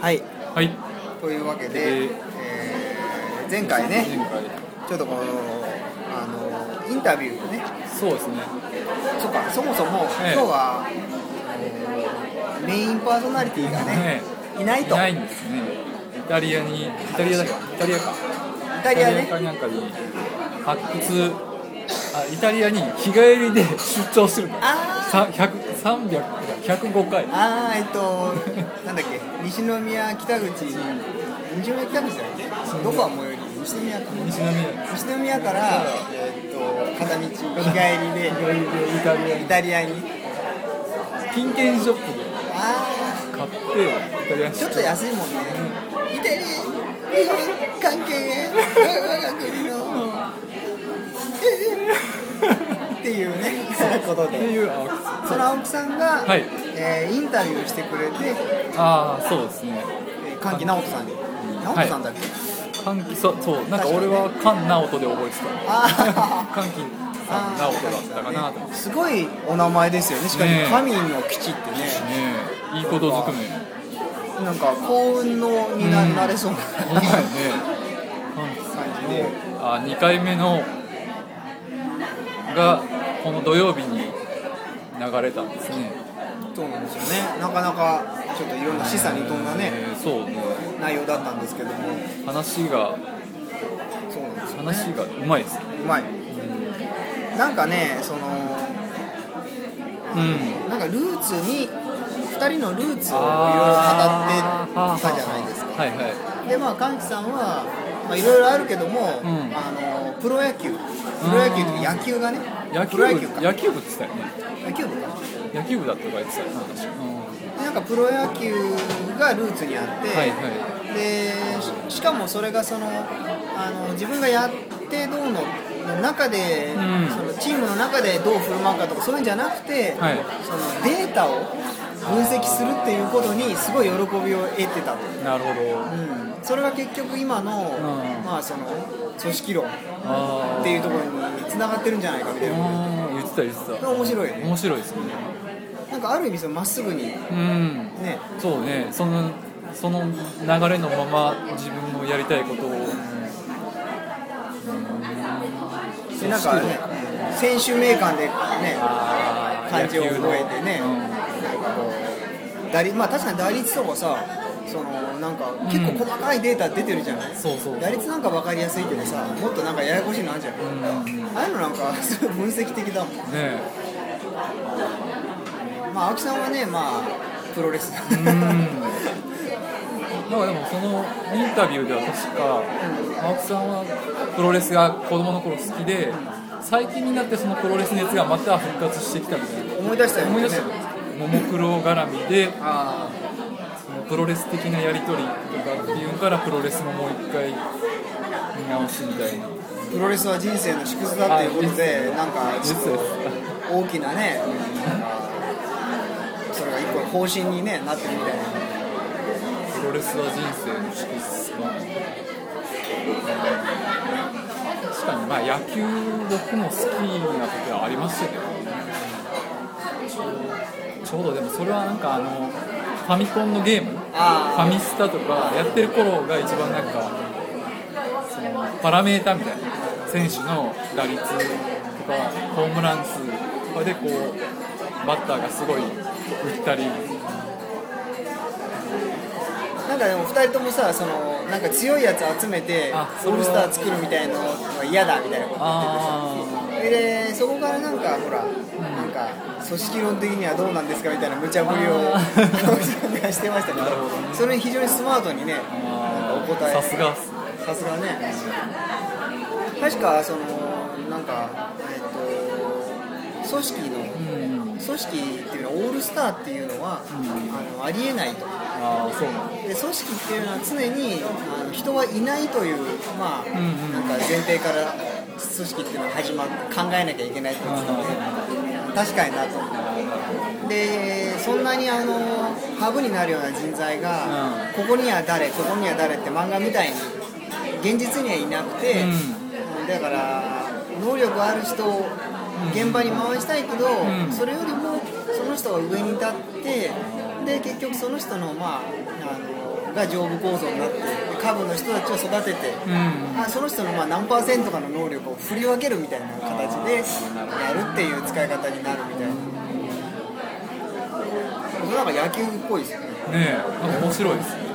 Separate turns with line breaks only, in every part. はい
はい
というわけ
え
で、
ー
えー前回
前
ね
回
ちょっとこのあのインタビューをね
そうですね
そっかそもそも
ええ
今日は、えーメインパーソナリティがね、いない
い
と
ないんですねイタリアにイタリアだっけイタリアか
イ
イ
タリアね
かなんかに発掘あイタリアに日帰りで 出張してるの
あー
さ100 300 105回
あーえっとなんだっけ西宮北口西宮北口だっけどこは最寄り西宮か
西宮
西宮から、えっと片道日帰りで
日帰りでイタリア
イタリア
に
に
金券ショップで
あ
買ってイタリア
あ
に
ち
出
ょっ
張
と安いもんねイタリアに関係我が国のっていうねこと
って
で
いうあ
その青木さんが、
はい
えーインタビューしてくれて
あーそうですね
えー歓喜直人さんに直人さんだっけ、
歓喜そうそうなんか俺は菅直人で覚えて
あ
た 歓喜さん直人だったかなと思ってね
すごいお名前ですよねしかも
ねえ
神の基地ってね
えいいことずくめ
なんか幸運のにな,、
うん
れそうな
ほんまやね歓喜
感じで
さんのあ2回目のがこの土曜日に流れたんですね
そうなんですよねなかなかちょっといろんな示唆に富んだね
えーそうね
内容だったんですけども
話が
そうなんですよね
話がうまいです
うまいなんかねその
うん
なんかルーツに2人のルーツをいろいろ語ってたじゃないですか
はいはい
でまあ歓喜さんはまあいろいろあるけども、
うん
あのプロ野球プロ野球というか野球がね
野球
プロ野球か
部野球部って言ってたよね
野球部か
野球部だったとか言ってたよね確かうん
でなんかプロ野球がルーツにあって、
はいはい
でししかもそれがそのあの自分がやってどうのの中で、
うん
そのチームの中でどう振る舞うかとかそういうんじゃなくて、
はい
そのデータを分析するっていうことにすごい喜びを得てたと、
なるほど
うん、それが結局今の,、
うん
まあ、その組織論っ
あー
ていうところに繋がってるんじゃないかみたいな、
あー言ってた言って
それ面白いよ
た
ね
面白いですよね
なんかある意味そのまっすぐにね
うんそうねそのその流れのまま自分のやりたいことを
でなんかね選手名鑑でね感
感
じを覚えてね
う
なんかこう打率まあ確かに打率とかさそのなんか結構細かいデータ出てるじゃない、
ん、そうそう
打率なんか分かりやすいけどさもっとなんかややこしいのあるじゃん、
うんね
ああいうのなんかすごい分析的だもん
え
まあ青木さんはねまあプロレスだ
うんなんかでもそのインタビューでは確か青木さんはプロレスが子供の頃好きで最近になってそのプロレス熱がまた復活してきたみたいな
思い出したよね
思い出したももクロ絡みで
あ
そのプロレス的なやり取りとかっていうのからプロレスももう一回見直しみたいな
あプロレスは人生の縮図だっていうことで、なんか
実
大きなねそれが一個の方針に、ね、なってるみたいな
プロレスは人生の縮図か確かにまあ野球僕も好きな時はありましたけどちょうどでもそれはなんかあのファミコンのゲームフ
あ
ァミスタとかやってる頃が一番なんかそのパラメータみたいな選手の打率とかホームラン数とかでこうバッターがすごい打ったり
あなんかでも2人ともさそのなんか強いやつ集めてオ
あそ
ー
れは
ルスター作るみたいなのが嫌だみたいなこと
あ
でそこからなんかほら、なんか組織論的にはどうなんですかみたいな無茶ぶりを
あー
青木さんがしてましたけど
なるほどね
それに非常にスマートにねなん
あ
かお答え
さすがっす
さすがね確かそのなんかえっ、と組織の
うん
組織っていうのはオールスターっていうのは、あのありえないと
ああそうなんだ
で組織っていうのは常にあの人はいないという、まあ
んうん
なんか前提から組織っていうのは始まって考えなきゃいけないってことですね確かになとでそんなにあのハブになるような人材が、ここには誰ここには誰って漫画みたいに現実にはいなくて、だから能力ある人を現場に回したいけど、
うん
それよりもその人が上に立ってで結局その人のまああのが上部構造になって株の人たちを育てて、
うん
まあ、その人のまあ何パーセントかの能力を振り分けるみたいな形でやるっていう使い方になるみたいな。なんか野球っぽいですよね。
ねえなんか面白いですね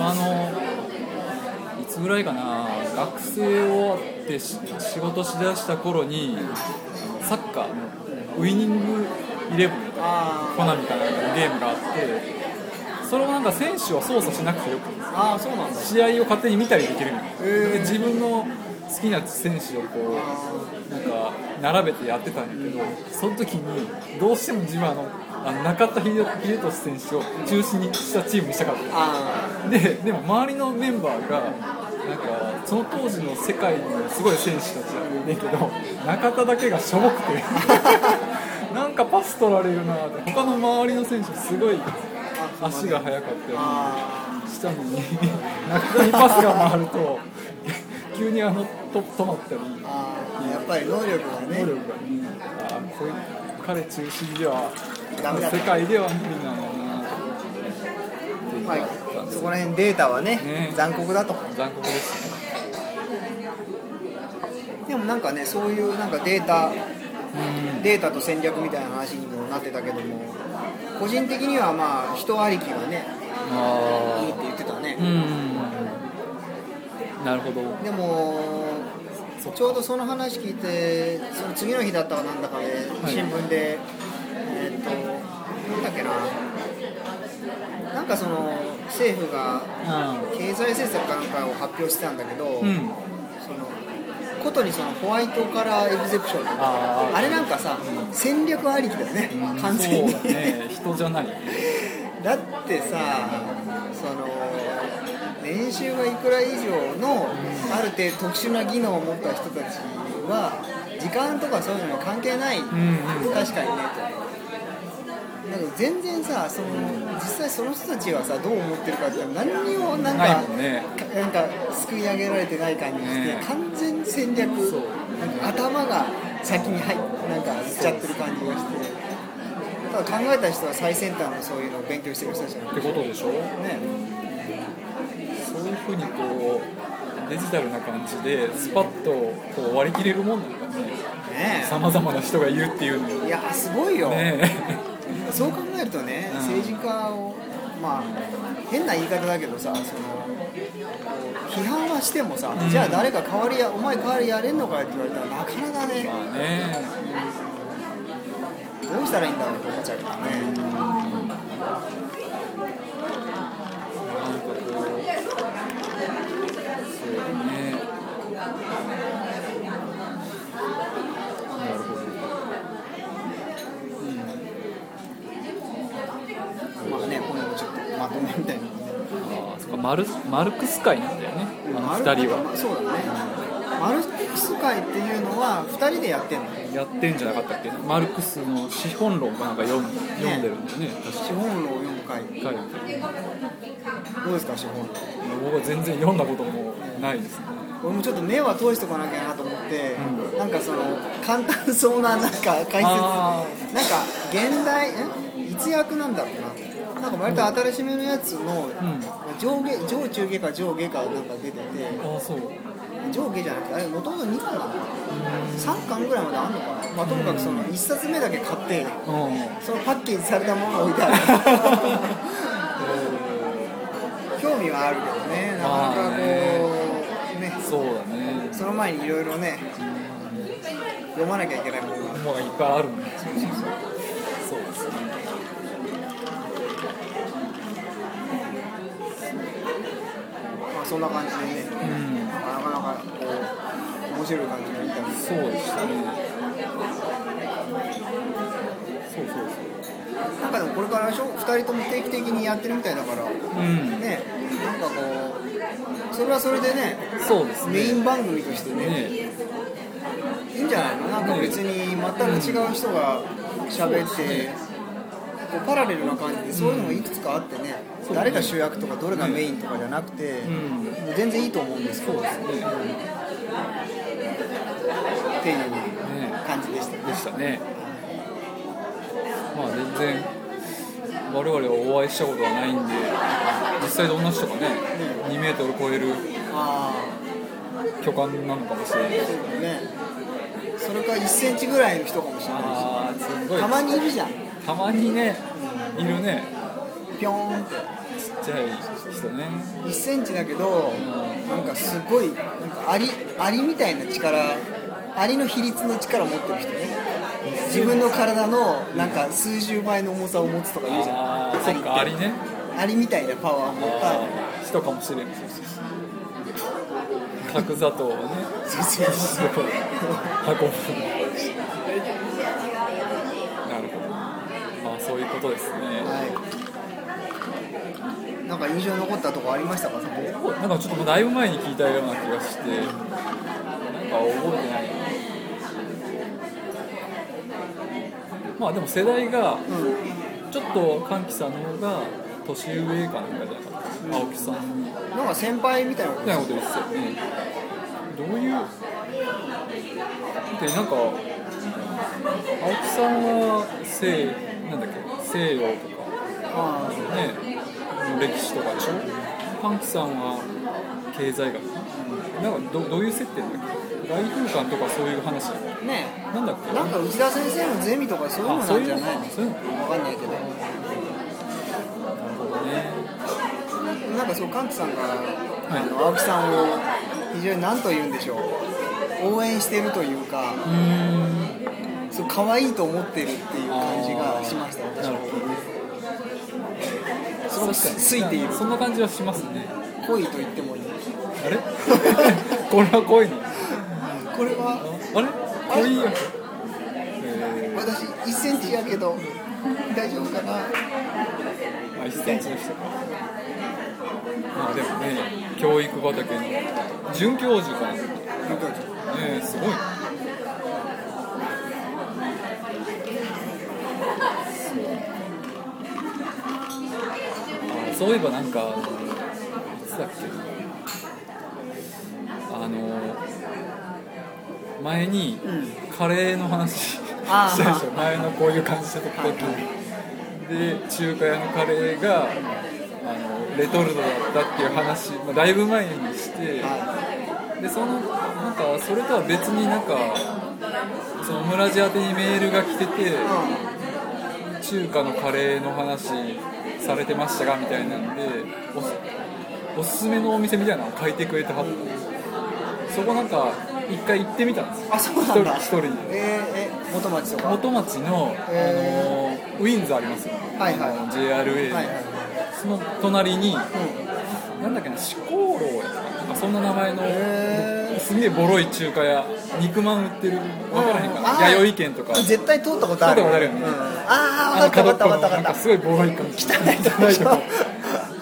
あのいつぐらいかな学生を終わってし仕事しだした頃にサッカーのウイニングイレブンみたいな
あ
コナミかなんかのゲームがあってそれもなんか選手は操作しなくてよくて
ーあー、そうなんだ。
試合を勝手に見たりできるみたいな、
へえ
で自分の好きな選手をこうなんか並べてやってたんやけど、その時にどうしても自分はあのあの中田英秀俊選手を中心にしたチームにしたかった
あ
ででも周りのメンバーがなんかその当時の世界のすごい選手たちだったんだけど中田だけがしょぼくてなんかパス取られるなって他の周りの選手すごい足が速かったよね
あ
したのに中田にパスが回ると急にあのと止まったり
ーあーやっぱり能力がね
能力がねあこういう彼中心では
ダメだ
世界では無理なのなっていうの
ま
があったん
あ、
で
そ
す
こら辺データはね
ね
残酷だと
残酷ですね
でもなんかねそういうなんかデータデータと戦略みたいな話にもなってたけども個人的にはまあ人ありきがねいいっ
あ
て言ってたね
あうんなるほど
でもちょうどその話聞いてその次の日だったかなんだかで、
はい
新聞でえーっ、となんだっけななんかその政府が経済政策かなんかを発表してたんだけど、
うん、うん、
そのことにそのホワイトカラーエグゼプションとか
あ
あ
ー
れなんかさ戦略ありきだよね完全
そう
に
だね人じゃない
だってさその年収がいくら以上のある程度特殊な技能を持った人たちは時間とかそういうのに関係ない、
ん
確かにねとなんか全然さその実際その人たちはさどう思ってるかって何にもなんか
ないもんね
かなんかすくい上げられてない感じですね
ね
完全に戦略
そう
なんか頭が先に入っなんか行っちゃってる感じがしてただ考えた人は最先端のそういうのを勉強してる人たちなん
っ
で
てことでしょ
ね
そういうふうにこうデジタルな感じでスパッとこう割り切れるもんなんだね
ね
さまざまな人がいるっていうの
えいやーすごいよ、
ね
そう考えるとね、
うん
政治家をまあ変な言い方だけどさその批判はしてもさ、
うん
じゃあ誰か代わりやお前代わりやれんのかよって言われたらなかなかね
まあね
どうしたらいいんだろうと思っちゃうからね、
なんかこうそうねなるほど
まあね、これもちょっとまとめみたいなのね。
ああそっかマルマルクス界なんだよねあの2人は
マルクスそうだね。マルクス会っていうのは二人でやってんの。
やってんじゃなかったっけマルクスの資本論かなんか読ん読んでるんだよね確
資本論を読む会。
か書いて
どうですか資本論。
僕は全然読んだこともないですね
俺もちょっと目は通しとかなきゃなと思って、なんかその簡単そうななんか解説、なんか
あ
現代ん一役なんだろうな。なんか割と新しめのやつの
ん
上下上中下か上下かなんか出てて、
ああそう
上下じゃなくてあれもともと2巻なのかな3巻ぐらいまであんのかな、まあ、ともかくその1冊目だけ買って
うん
そのパッケージされたものが置いてある興味はあるけどねなかなかこうね
そうだね
その前にいろいろね読まなきゃいけないものが
もういっぱいあるんですよそうですね
まあ、そんな感じでね
うん
なかなかこう面白い感じのインタビュー
そうでしたねそうそう
なんかでもこれからでしょ2人とも定期的にやってるみたいだから
そううん
ねなんかこうそれはそれでね
そうですね
メイン番組としてね、
ね
いいんじゃないのなんか別に全く違う人が喋っ
そうです
て
ね、
こうパラレルな感じで、そういうのもいくつかあってね、誰が主役とか、どれがメインとかじゃなくて、
ん
もう全然いいと思うんですけど、
ね
っていう
ね
感じでしたね
で。したねまあ全然我々はお会いしたことはないんで実際どんな人かね2メートル超える
あ
巨漢なのかもしれないし
あねそれか1センチぐらいの人かもしれない
あーすご
し
い
たまにいるじゃん
たまにねいるね
ピョーンって
ちっちゃい人ね
1センチだけどなんかすごいなんかアリアリみたいな力アリの比率の力を持ってる人ね自分の体のなんか数十倍の重さを持つとか言うじゃ
ああ
ん
そっかアリね
アリみたいなパワーを持った
あー人かもしれん角砂糖をね
そうそうそう
運ぶなるほどまあそういうことですね
はいなんか印象に残ったとこありましたかそこ
なんかちょっともうだいぶ前に聞いたような気がして、なんか覚えてないな。まあでも世代が、ちょっと歓喜さんの方が年上かなんかじゃなかった、青木さんみ
なんか先輩みたいなこと
たいなことですよね。どういう。で、なんか、青木さんは西、なんだっけ、西洋とか。
あ
ね、歴史とかでしょ、パンキさんは経済学、なんかどどういう接点だっけ、外交官とかそういう話、
あね
なんだっけ、
なんか内田先生のゼミとかそういうの
あ
な
そうんい
じ
う
ゃ
の
ないの
そういうの、なる
わかんないけど
ほどね、
なんかそうカンツさんが、
い
あの青木さんを非常に何と言うんでしょう応援してるというか
うーん、
そう可愛いと思ってるっていう感じがしました私
なる
は
ほどね、
すごく
確かに
ついている
そんな感じはしますね、
恋と言ってもいい
あれこれは濃いの、
これは
あれ濃いよ、え
私1センチやけど大丈夫かな
ー、あ1センチの人か。まあでもね、教育畑の准教授からねえすごいあそういえばなんかあのいつだっけあの前にカレーの話
あー
したでしょ前のこういう感じの時にで中華屋のカレーがあのレトルトだったっていう話、まあ、だいぶ前にして、
は
でそのなんかそれとは別になんかその村地宛てにメールが来てて
い
中華のカレーの話されてましたがみたいなんでおすおすすめのお店みたいなのを書いてくれてはったそこなんか一回行ってみたんですよ
あそうなんだ
一人一人で
えー、え元町とか
元町の、
へ
あのウィンズありますよ、
はいはい
あの JRA、
はいはい
その隣に
うん
なんだっけな四香楼やったかななんかそんな名前の
へー
すげえボロい中華屋肉まん売ってるわからへんか
あー
な弥生県とか
絶対通ったことある
通ったことあるよね
うんああ分かった分かった分かった分かっ
なんかすごいボロい感じ汚
いとこ
いとこ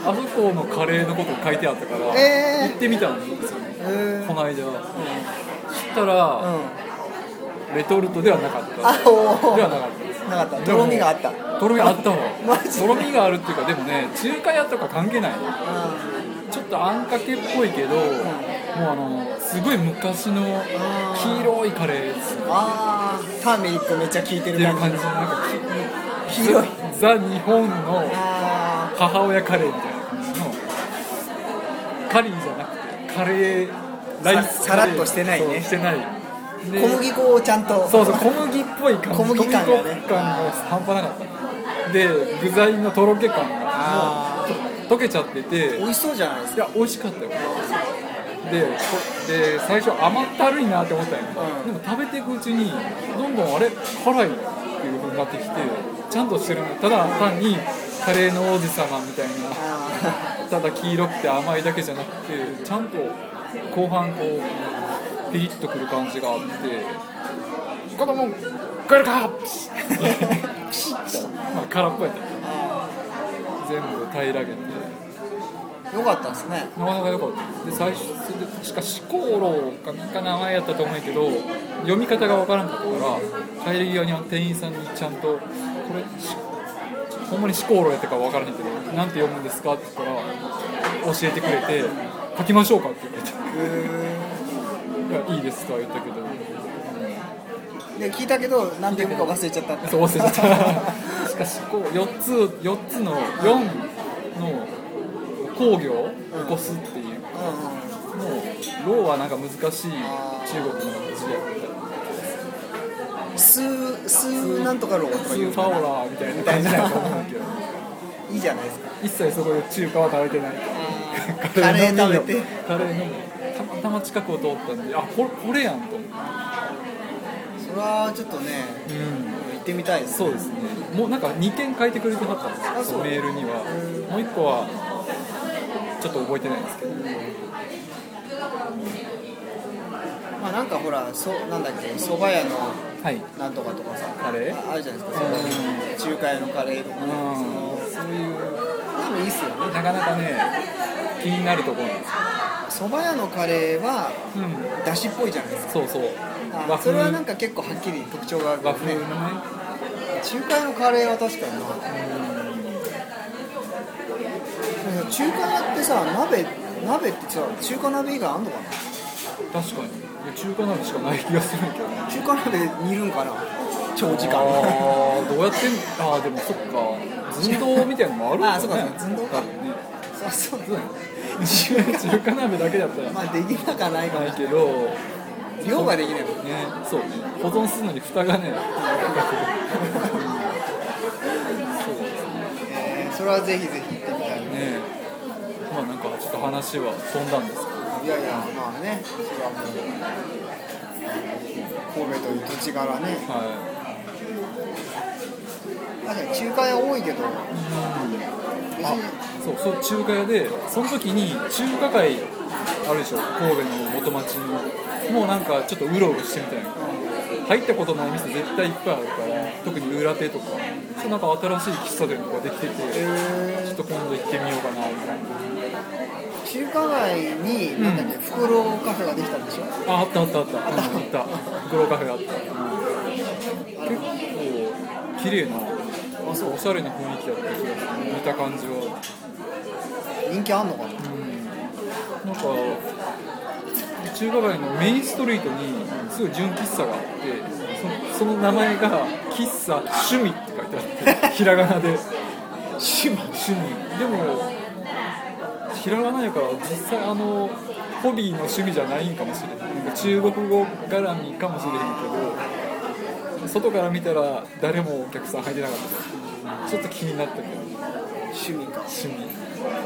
あそこのカレーのこと書いてあったから、
えー
行ってみたんですよね
たうん
この間そした
う
ら、
ん
レトルトではなかった
あおお
ではなかったです
なかった
でも
とろみがあった
とろみあったわ
マジで
とろみがあるっていうかでもね中華屋とか関係ないちょっとあんかけっぽいけど、もうあのすごい昔の黄色いカレーです
あーターメリックめっちゃ効いて
っ
る
ていう
感
感じのなんかき
黄色い
ザ日本の
あ
母親カレーみたいな感じのカリーじゃなくてカレーライス
ささ
カレー
らっとしてないね
そうしてない
ー
で
小麦粉をちゃんと
そうそう小麦っぽい感じ
小麦感がね
小麦粉感が半端なかったで具材のとろけ感が
あ
もう溶けちゃってて
美味しそうじゃないです
い
か
や美味しかったよでこで最初甘ったるいなって思ったんやけど、
うん
でも食べていくうちにどんどんあれ辛いのっていう風になってきてちゃんとしてるのただ単にカレーの王子様みたいな
あ
ただ黄色くて甘いだけじゃなくてちゃんと後半こうピリッとくる感じがあって「子供食えるか!」ピシッピシッとまあ空っぽやった全部平らげて。
ーよかったですね
なかなか良かったで最初で確か四香楼かなんか名前やったと思うんやけど読み方が分からんかったから帰り際にあの店員さんにちゃんとこれしほんまに四香楼やったか分からへんけどなんて読むんですかって言ったら教えてくれて書きましょうかって言われていやいいですとは言ったけど
で聞いたけど何て読むか忘れちゃった
そう忘れてた四しかしこう4つ4つの4の工業を起こすっていう
う
もうローはなんか難しい中国の字やっ
ん、スースーなんとかローと
た
か
ス
言う
ー
の
パ
か
オラーみたいな感じだと思うけど
ないいじゃないですか
一切そこで中華は食べてない
カレー食べて
カレー飲むたまたま近くを通ったんであこれこれやんと思って、
それはちょっとね
うん、
行ってみたいです
そうですねもうなんか2件書いてくれてはったんです
あそ
よ
う
メールにはもう1個はちょっと覚えてないんですけど
まあなんかほらそなんだっけ蕎麦屋の
はい
なんとかとかさ
カレー
ああるじゃないですか、その中華屋のカレーとか、
うんそういう
でもいいっすよね
なかなかね気になるところなんですよ、
蕎麦屋のカレーは
うん、
だしっぽいじゃないですか
そうそう
あ
和
そ
風
れはなんか結構はっきり特徴がある
和風
ね
のね
中華屋のカレーは確かになでも中華屋ってさ鍋鍋ってさ中華鍋以外あんのかな
確かにいや中華鍋しかない気がするけどね
中華鍋煮るんかな長 時間
あーどうやってんああでもそっか寸胴みたいなのもあるんだね
あそうかそうか寸胴か
多分ね
そうそう
そうだね中華鍋だけだったら
まあできなかないかも
ない
しれ
けどね
ない量ができないもん
そうね保存するのに蓋がねそうです
えーそれはぜひぜひ行ってみたいね
ねまあなんかちょっと話は飛んだんですけど
いやいやまあねそれはもう神戸という土地柄ね
は
確かに中華屋多いけど別に
いそうそう中華屋でその時に中華街あるでしょ神戸の元町にもうなんかちょっとうろうろしてみたいな入ったことない店絶対いっぱいあるから特に裏手とかそうなんか新しい喫茶店とかできててちょっと今度行ってみようかなみたいな
中華街になんだっけ、フクロウカフェができたんでしょ
ああったあったあったあったあった袋カフェあった結構綺麗なおしゃれな雰囲気だった気がする見た感じは
人気あんのかな
なんか中華街のメインストリートにすごい純喫茶があってそその名前が「喫茶趣味」って書いてあってひらがなで
趣味
趣味でもひらがなやから実際あのホビーの趣味じゃないんかもしれないなんか中国語絡みかもしれへんけど外から見たら誰もお客さん入ってなかったちょっと気になったけど
趣味か
趣味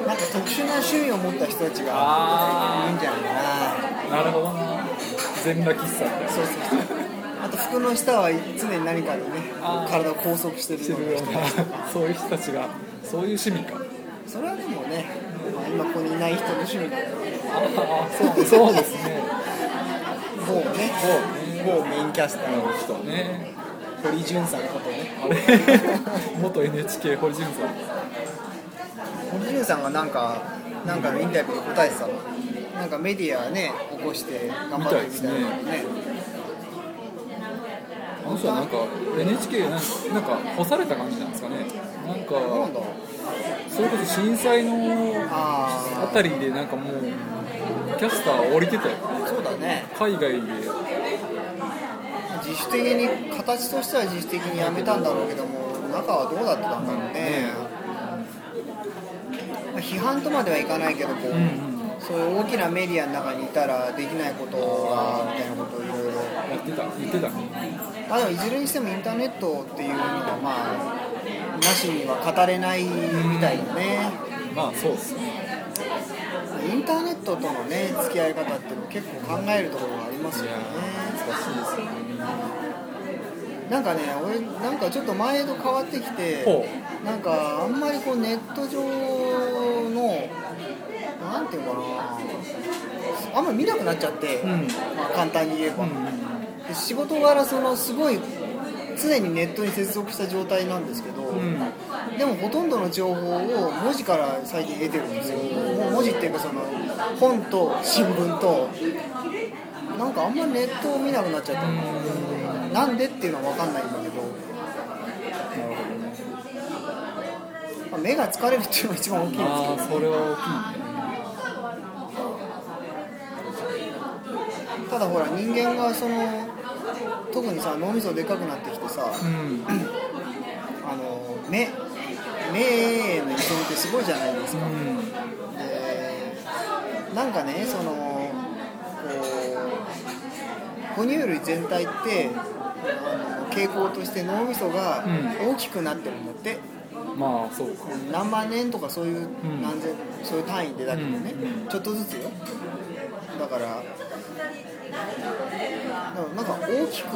なんか特殊な趣味を持った人たちが
あ
いいんじゃないかな
なるほどな全裸喫茶みたいな
そうそうそうあと服の下は常に何かでね
あー
体を拘束してる
して
よう
る
な
よ
人
うなそういう人たちがそういう趣味か
それはでもね、まあ、今ここにいない人の趣味だから
ああそうそうですね
某ね某メインキャスターの
そうね
堀潤さんことね
あれ元 NHK 堀潤さん
堀潤さんがなんかなんかのインタビューに答えてたのなんかメディアね起こして頑張ってるみたいなのね
あの人はなんか NHK なんかなんか干された感じなんですかねなん
そうなん
か
だ
それこそ震災の
あ
あ
あ
たりでなんかもうキャスター降りてたよ
そうだね
海外で
自主的に形としては自主的にやめたんだろうけども中はどうだったんだろうね、まあ批判とまではいかないけどこう、
うん
そういう大きなメディアの中にいたらできないことがみたいなことをいろいろ
やってた言ってた
まあでもいずれにしてもインターネットっていうのはまあなしには語れないみたいだね
まあそうですね
インターネットとのね付き合い方っていうのは結構考えるところがあります
い
よね
や難しいですね
なんかね俺なんかちょっと前と変わってきて
ほ
なんかあんまりこうネット上のなんていうのかなあんまり見なくなっちゃって、
ん
まあ、簡単に言えば、
うん
で仕事柄そのすごい常にネットに接続した状態なんですけど、
うん
でもほとんどの情報を文字から最近得てるんですよもう文字っていうかその本と新聞となんかあんまりネットを見なくなっちゃったなんでっていうのは分かんないんだけど
なるほ
ま
どね
あ目が疲れるっていうのが一番大きいんです
ああそれは
けどただほら人間がその特にさ脳みそでかくなってきてさ
大きいね
あの目目への依存ってすごいじゃないですか、
うん
でなんかねそのこう哺乳類全体ってあの傾向として脳みそが
う
大きくなってるんだって、
まあそうか
何万年とかそういう
うん
何千、そういう単位でだけどね、
うん
ちょっとずつよだからだからなんか大きく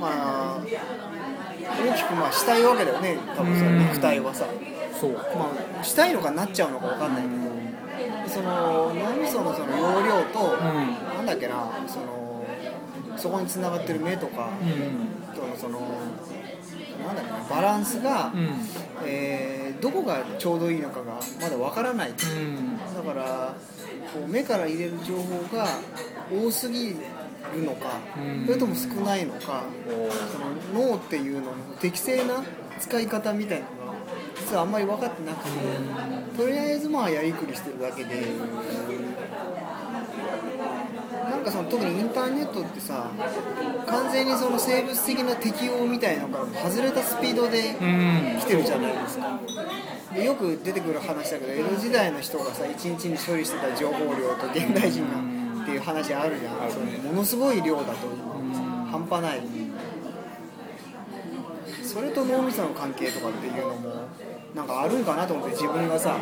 まあ大きくまあしたいわけだよね多分その肉体はさ、
そうか
まあ、したいのかなっちゃうのか分かんないけど、その脳みそのその容量と、
ん
なんだっけなそのそこにつながってる目とか
うん
とのそのなんだっけなバランスが、
うん
えーどこがちょうどいいのかがまだ分からない、
うん
だからこう目から入れる情報が多すぎるのか、
うん
それとも少ないのか、
おー
その脳っていうのの適正な使い方みたいなのが実はあんまり分かってなくて、とりあえずまあやりくりしてるだけで、なんかその特にインターネットってさ完全にその生物的な適応みたいなのから外れたスピードで
うん
来てるじゃないですか。でよく出てくる話だけど江戸時代の人がさ1日に処理してた情報量と現代人がっていう話あるじゃん、そのものすごい量だと今、半端ないそれと脳みその関係とかっていうのもなんかあるんかなと思って自分がさ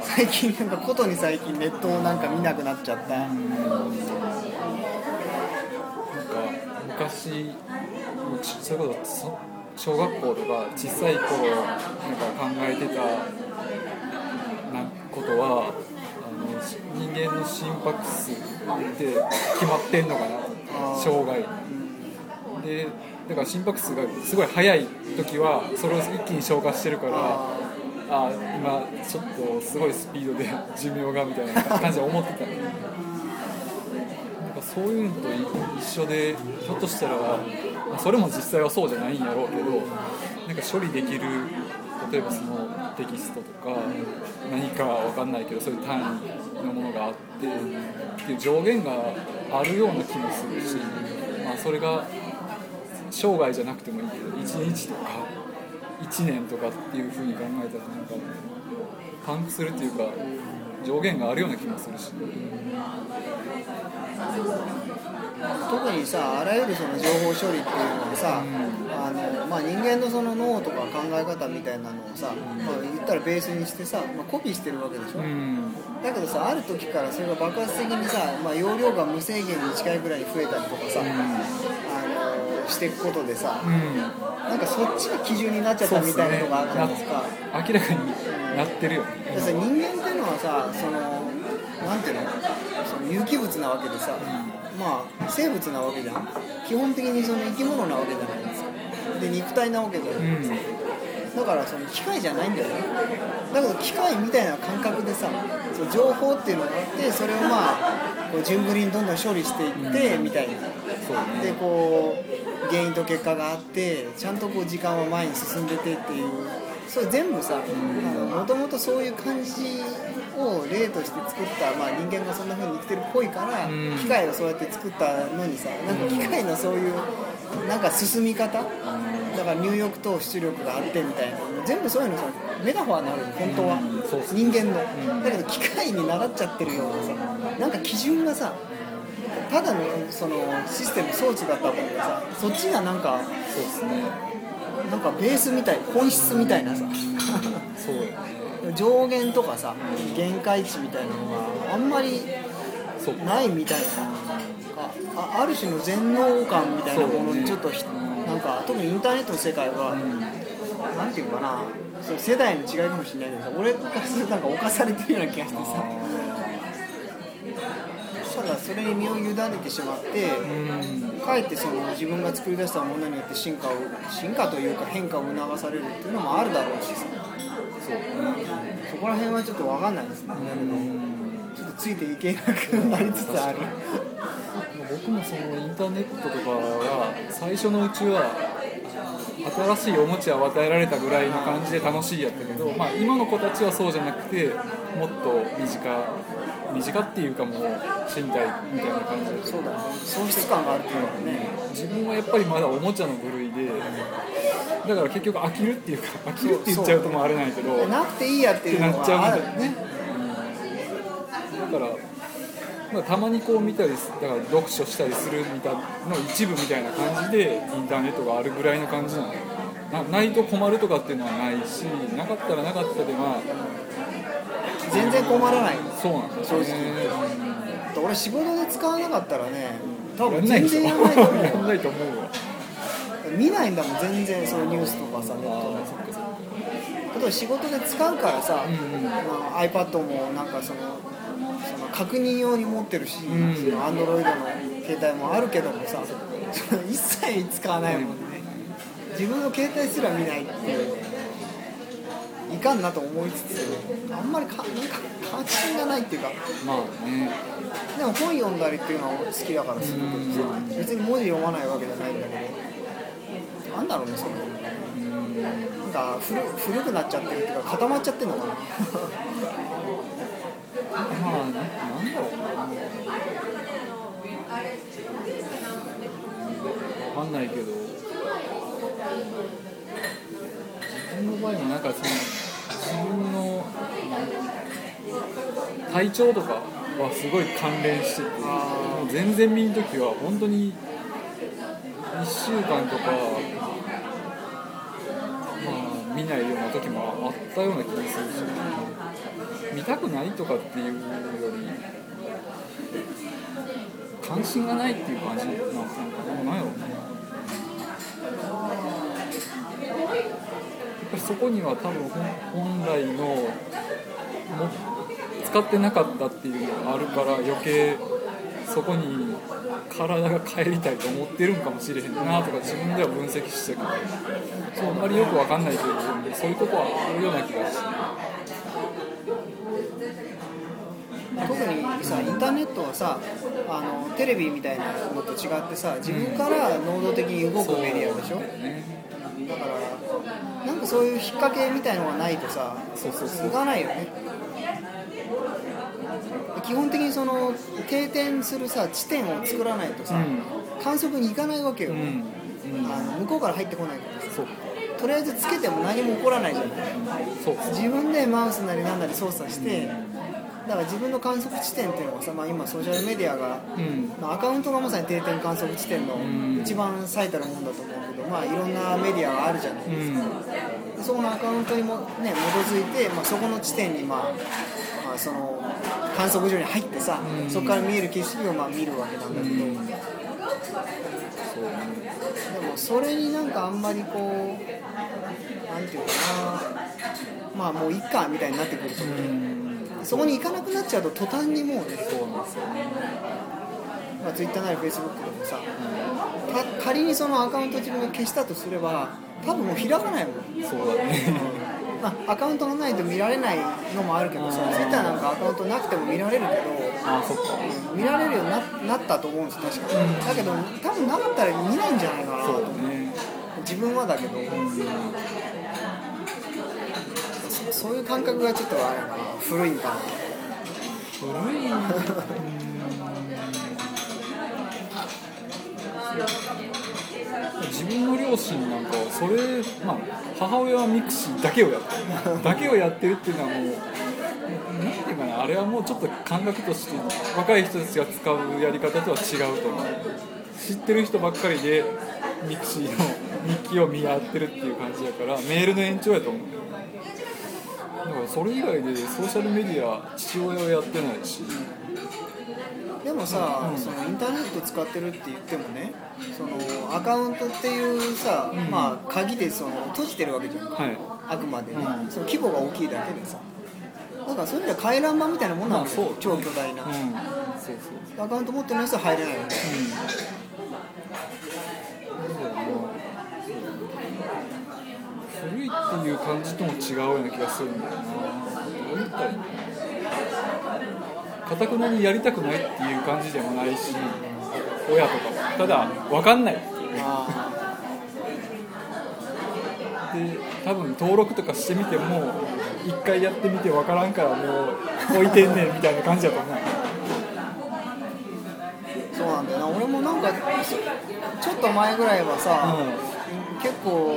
最近なんかことに最近ネットをなんか見なくなっちゃった、
なんか昔もうちそれこそそ小学校とか小さい頃なんか考えてたなことはあのし人間の心拍数って決まってんのかな
あー
生涯でだから心拍数がすごい速い時はそれを一気に消化してるから
あ
あー今ちょっとすごいスピードで寿命がみたいな感じで思ってたなんかそういうのとい一緒でひょっとしたら、まあそれも実際はそうじゃないんやろうけどなんか処理できる例えばそのテキストとか何かわかんないけどそういう単位のものがあってっていう上限があるような気もするし、まあ、それが生涯じゃなくてもいいけど1日とか1年とかっていうふうに考えたらなんかパンクするっていうか上限があるような気もするし、
ー特にさあらゆるその情報処理っていうのはさ、あのまあ、人間のその脳とか考え方みたいなのをさ、まあ、言ったらベースにしてさ、まあ、コピーしてるわけでしょ、
うん、
だけどさある時からそれが爆発的にさ、まあ、容量が無制限に近いぐらいに増えたりとかさ、あのしていくことでさ、
うん
なんかそっちが基準になっちゃったみたいなのがあるじゃないですか。
明らかになってるよね
だからさ人間っていうのはさそのなんていうのその有機物なわけでさ、まあ生物なわけじゃん基本的にその生き物なわけじゃないですかで肉体なわけじゃ
う
ない、
ん
だからその機械じゃないんだよねだけど機械みたいな感覚でさそう情報っていうのがあってそれをまあこう順繰りにどんどん処理していってみたいな、
そうね
でこう原因と結果があってちゃんとこう時間は前に進んでてっていうそれ全部さもともとそういう感じを例として作った、まあ、人間がそんな風に生きてるっぽいから、
うん
機械をそうやって作ったのにさなんか機械のそういうなんか進み方だから入力と出力があってみたいな全部そういうのさメタファーになるの本当は、
うんそうっすね
人間の、だけど機械に習っちゃってるようなさなんか基準がさただのそのシステム装置だったものがさそっちがなんか
そうですね
なんかベースみたい本質みたいな さ
そうよね
上限とかさ限界値みたいなのがあんまり
そう
ないみたいなああある種の全能感みたいなものにちょっとひ、なんか特にインターネットの世界は、なんていうのかなその世代の違いかもしれないけどさ俺からするとなんか侵されてるような気がして
あ
さただそれに身を委ねてしまって、
ー
かえってその自分が作り出したものによって進化を進化というか変化を促されるっていうのもあるだろうしさ
そうね
そこら辺はちょっと分かんないですねだけどちょっとついていけなくなりつつある
僕もそのインターネットとかは最初のうちは新しいおもちゃを与えられたぐらいの感じで楽しいやったけど、まあ、今の子たちはそうじゃなくてもっと身近身近っていうかもう身体みたいな感じで
そうだね喪失感があるっていうのはね
自分はやっぱりまだおもちゃの部類でだから結局飽きるっていうか飽きるって言っちゃうともあれないけどだ
な
か
くていいやっていうの
ってなっちゃう
はあるよね
らまあたまにこう見たりすだから読書したりするみたいの一部みたいな感じでインターネットがあるぐらいの感じなのなないと困るとかっていうのはないしなかったらなかったでまあ
全然困らない
そうなんだよね
正直言俺仕事で使わなかったらね多
や
分
んない
全
でしょ
然やらないと思う
やんないと思うわ
見ないんだもん全然そのニュースとかさネットの
ああそっかそっか
あと使事で使うからさ、
うんうん
まあ、iPad もなんかそのその確認用に持ってるし、
ん
その Android の携帯もあるけどもさその一切使わないもんね、自分の携帯すら見ないっていういかんなと思いつつあんまりかなんか関心がないっていうか
まあね
でも本読んだりっていうのは好きだからするけどさ別に文字読まないわけじゃないんだけどなんだろうねそのなんか古古くなっちゃってるっていうか固まっちゃってるのかな
まあななんだろうなわかんないけど自分の場合もなんかその自分のなん体調とかはすごい関連してて
あ
もう全然見ん時は本当に1週間とか、まあ、見ないような時もあったような気がするし。見たくないとかっていうより関心がないっていう感じなんかなんかでもないよねやっぱりそこには多分本本来のも使ってなかったっていうのがあるから余計そこに体が帰りたいと思ってるんかもしれへんなとか自分では分析してるけどそうあんまりよくわかんないけどそういうとこはあるような気がして。
特にさインターネットはさあのテレビみたいなのと違ってさ自分から能動的に動くメディアでしょだからなんかそういう引っ掛けみたいのがないとさ
そうそうそう
続かないよね基本的にその定点するさ地点を作らないとさ、
う
観測に行かないわけよ、
うん、うん、
あの向こうから入ってこないからさ
そうか
とりあえずつけても何も起こらないじゃない
そうか
自分でマウスなりなんなり操作して、だから自分の観測地点っていうのがさ、まあ、今ソーシャルメディアが、
うん
まあアカウントがまさに定点観測地点の
ん
一番最たるもんだと思うけど、まあ、いろんなメディアがあるじゃない、
うん
でそこのアカウントにも、ね、基づいて、まあ、そこの地点に、まあまあ、その観測所に入ってさ、
うん
そこから見える景色をまあ見るわけなんだけど、
うん
で
そうね
もそれになんかあんまりこうなんていうかなまあもういっかみたいになってくると思う
うん
そこに行かなくなっちゃうと途端にもうね、
そうなんですよね
まあ、Twitter なり Facebook でもさた仮にそのアカウント自分が消したとすれば多分もう開かないもん、
そうだね
まあ、アカウントがないと見られないのもあるけどさ
うん
Twitter なんかアカウントなくても見られるけど
あそっか
見られるようにななったと思うんです確かに、だけど多分なかったら見ないんじゃないかなと
そう
思
だ
う
ね
自分はだけど、そそういう感覚がちょっとあれかな古いんかな
古いうん自分の両親なんかはそれまあ母親はミクシーだけをやってるだけをやってるっていうのはもう何ていうかなあれはもうちょっと感覚として若い人たちが使うやり方とは違うと思う知ってる人ばっかりでミクシーの日記を見合ってるっていう感じやからメールの延長やと思うだからそれ以外でソーシャルメディア父親はやってないし
でもさ、そのインターネット使ってるって言ってもねそのアカウントっていうさ、まあ、鍵でその閉じてるわけじゃん
はい
あくまでね、
うん
その規模が大きいだけでさだからそういう意味では回覧板みたいなもんなんだよ、
まあそう
超巨大な、
うん、そうそう
アカウント持ってない人は入れないわけ
そうだよね古いっていう感じとも違うような気がするんだよなどう言ったらいいのかたくなにやりたくないっていう感じでもないし親とかはただ分かんないっていう
あ
で多分登録とかしてみても一回やってみて分からんからもう置いてんねんみたいな感じやと思う
そうなんだよな俺もなんかそちょっと前ぐらいはさ、結構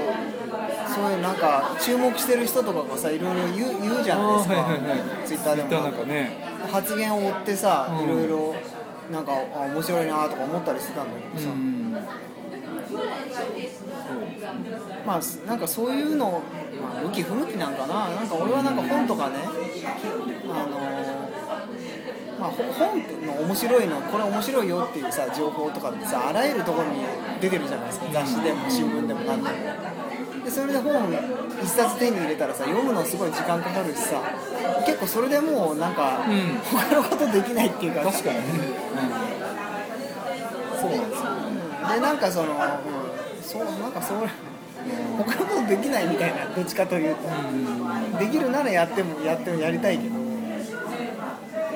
そういうなんか注目してる人とかがさいろいろ言う言うじゃないですか、
あーはいはいはい
ツイッターでも
なんかね
発言を追ってさ、
うん
いろいろなんかあ面白いなとか思ったりしてたんだけど
う
さ、
ん
まあなんかそういうの、まあ、向き不向きなんかななんか俺はなんか本とかねあのまあ、ほ本の面白いのこれ面白いよっていうさ情報とかってさあらゆるところに出てるじゃないですか雑誌でも新聞でも何でもでそれで本一冊手に入れたらさ読むのすごい時間かかるしさ結構それでもうなんか、
うん
他のことできないっていうか
確かにね、うん、そうなんですよ
でなんかその、うん、そうなんかそれ他のことできないみたいなどっちかというと、できるならやってもやってもやりたいけど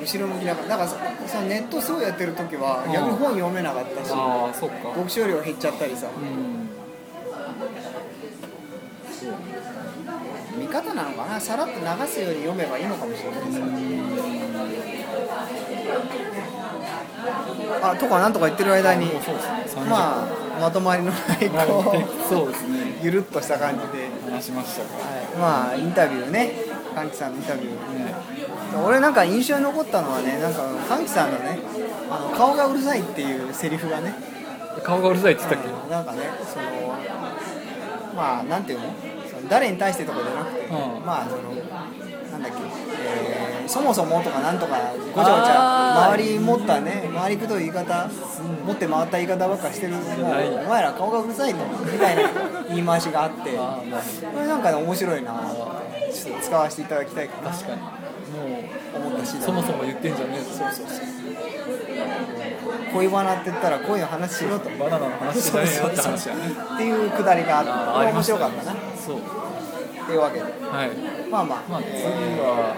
後ろ向きだからだからそそのネットすごいやってる時は
うん
逆に本読めなかったし
ああそっか
読書量減っちゃったりさ
うん
見方なのかなさらっと流すように読めばいいのかもしれないですあとかなんとか言ってる間に
あそうですね
まあまとまりのないこう
そうですね
ゆるっとした感じで。
話しましたか
はい、まあインタビューね、かんきさんのインタビュー、
らね
俺なんか印象に残ったのはね、なんかかんきさんのね、あの顔がうるさいっていうセリフがね、
顔がうるさいって言ったっけ
あのなんかね、そのまあなんていうの、その誰に対してとかじゃなくて、
うん
まあそのなんだっけ、えーそもそもとかなんとかごちゃごち
あ
ゃ
ー
周り持ったね、周りくどい言い方、持って回った言い方ばっかしてる、もう
ない
お前ら顔がうるさいのみたい な言い回しがあって。
あまあ
これなんかね面白いなちょっと使わせていただきたいかな
確かにもう
と思ったし
そもそも言ってんじゃねえぞそうそう
恋バナって言ったら恋の話しろと
バナナの話じゃねえよって話やね
っていうくだりがあって
あ
こ
あ
れ
り
面
ました
白
ね
かったなっ
そう
ていうわけで
はい
まあまあ、
まあ次
え
は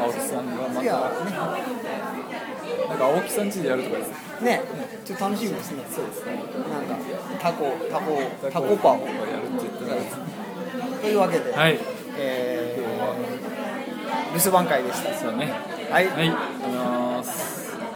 青木さんが
ー
ま
次
た
は
なんか青木さん家でやるとかです
ねねちょっと楽しみですね
そうですね
なんかタコタコタコパ
を
ン
やるって言ってたや
というわけで、
つはい
え
今日
ー
は
留守番会でし
そうね
たはい
はいあのー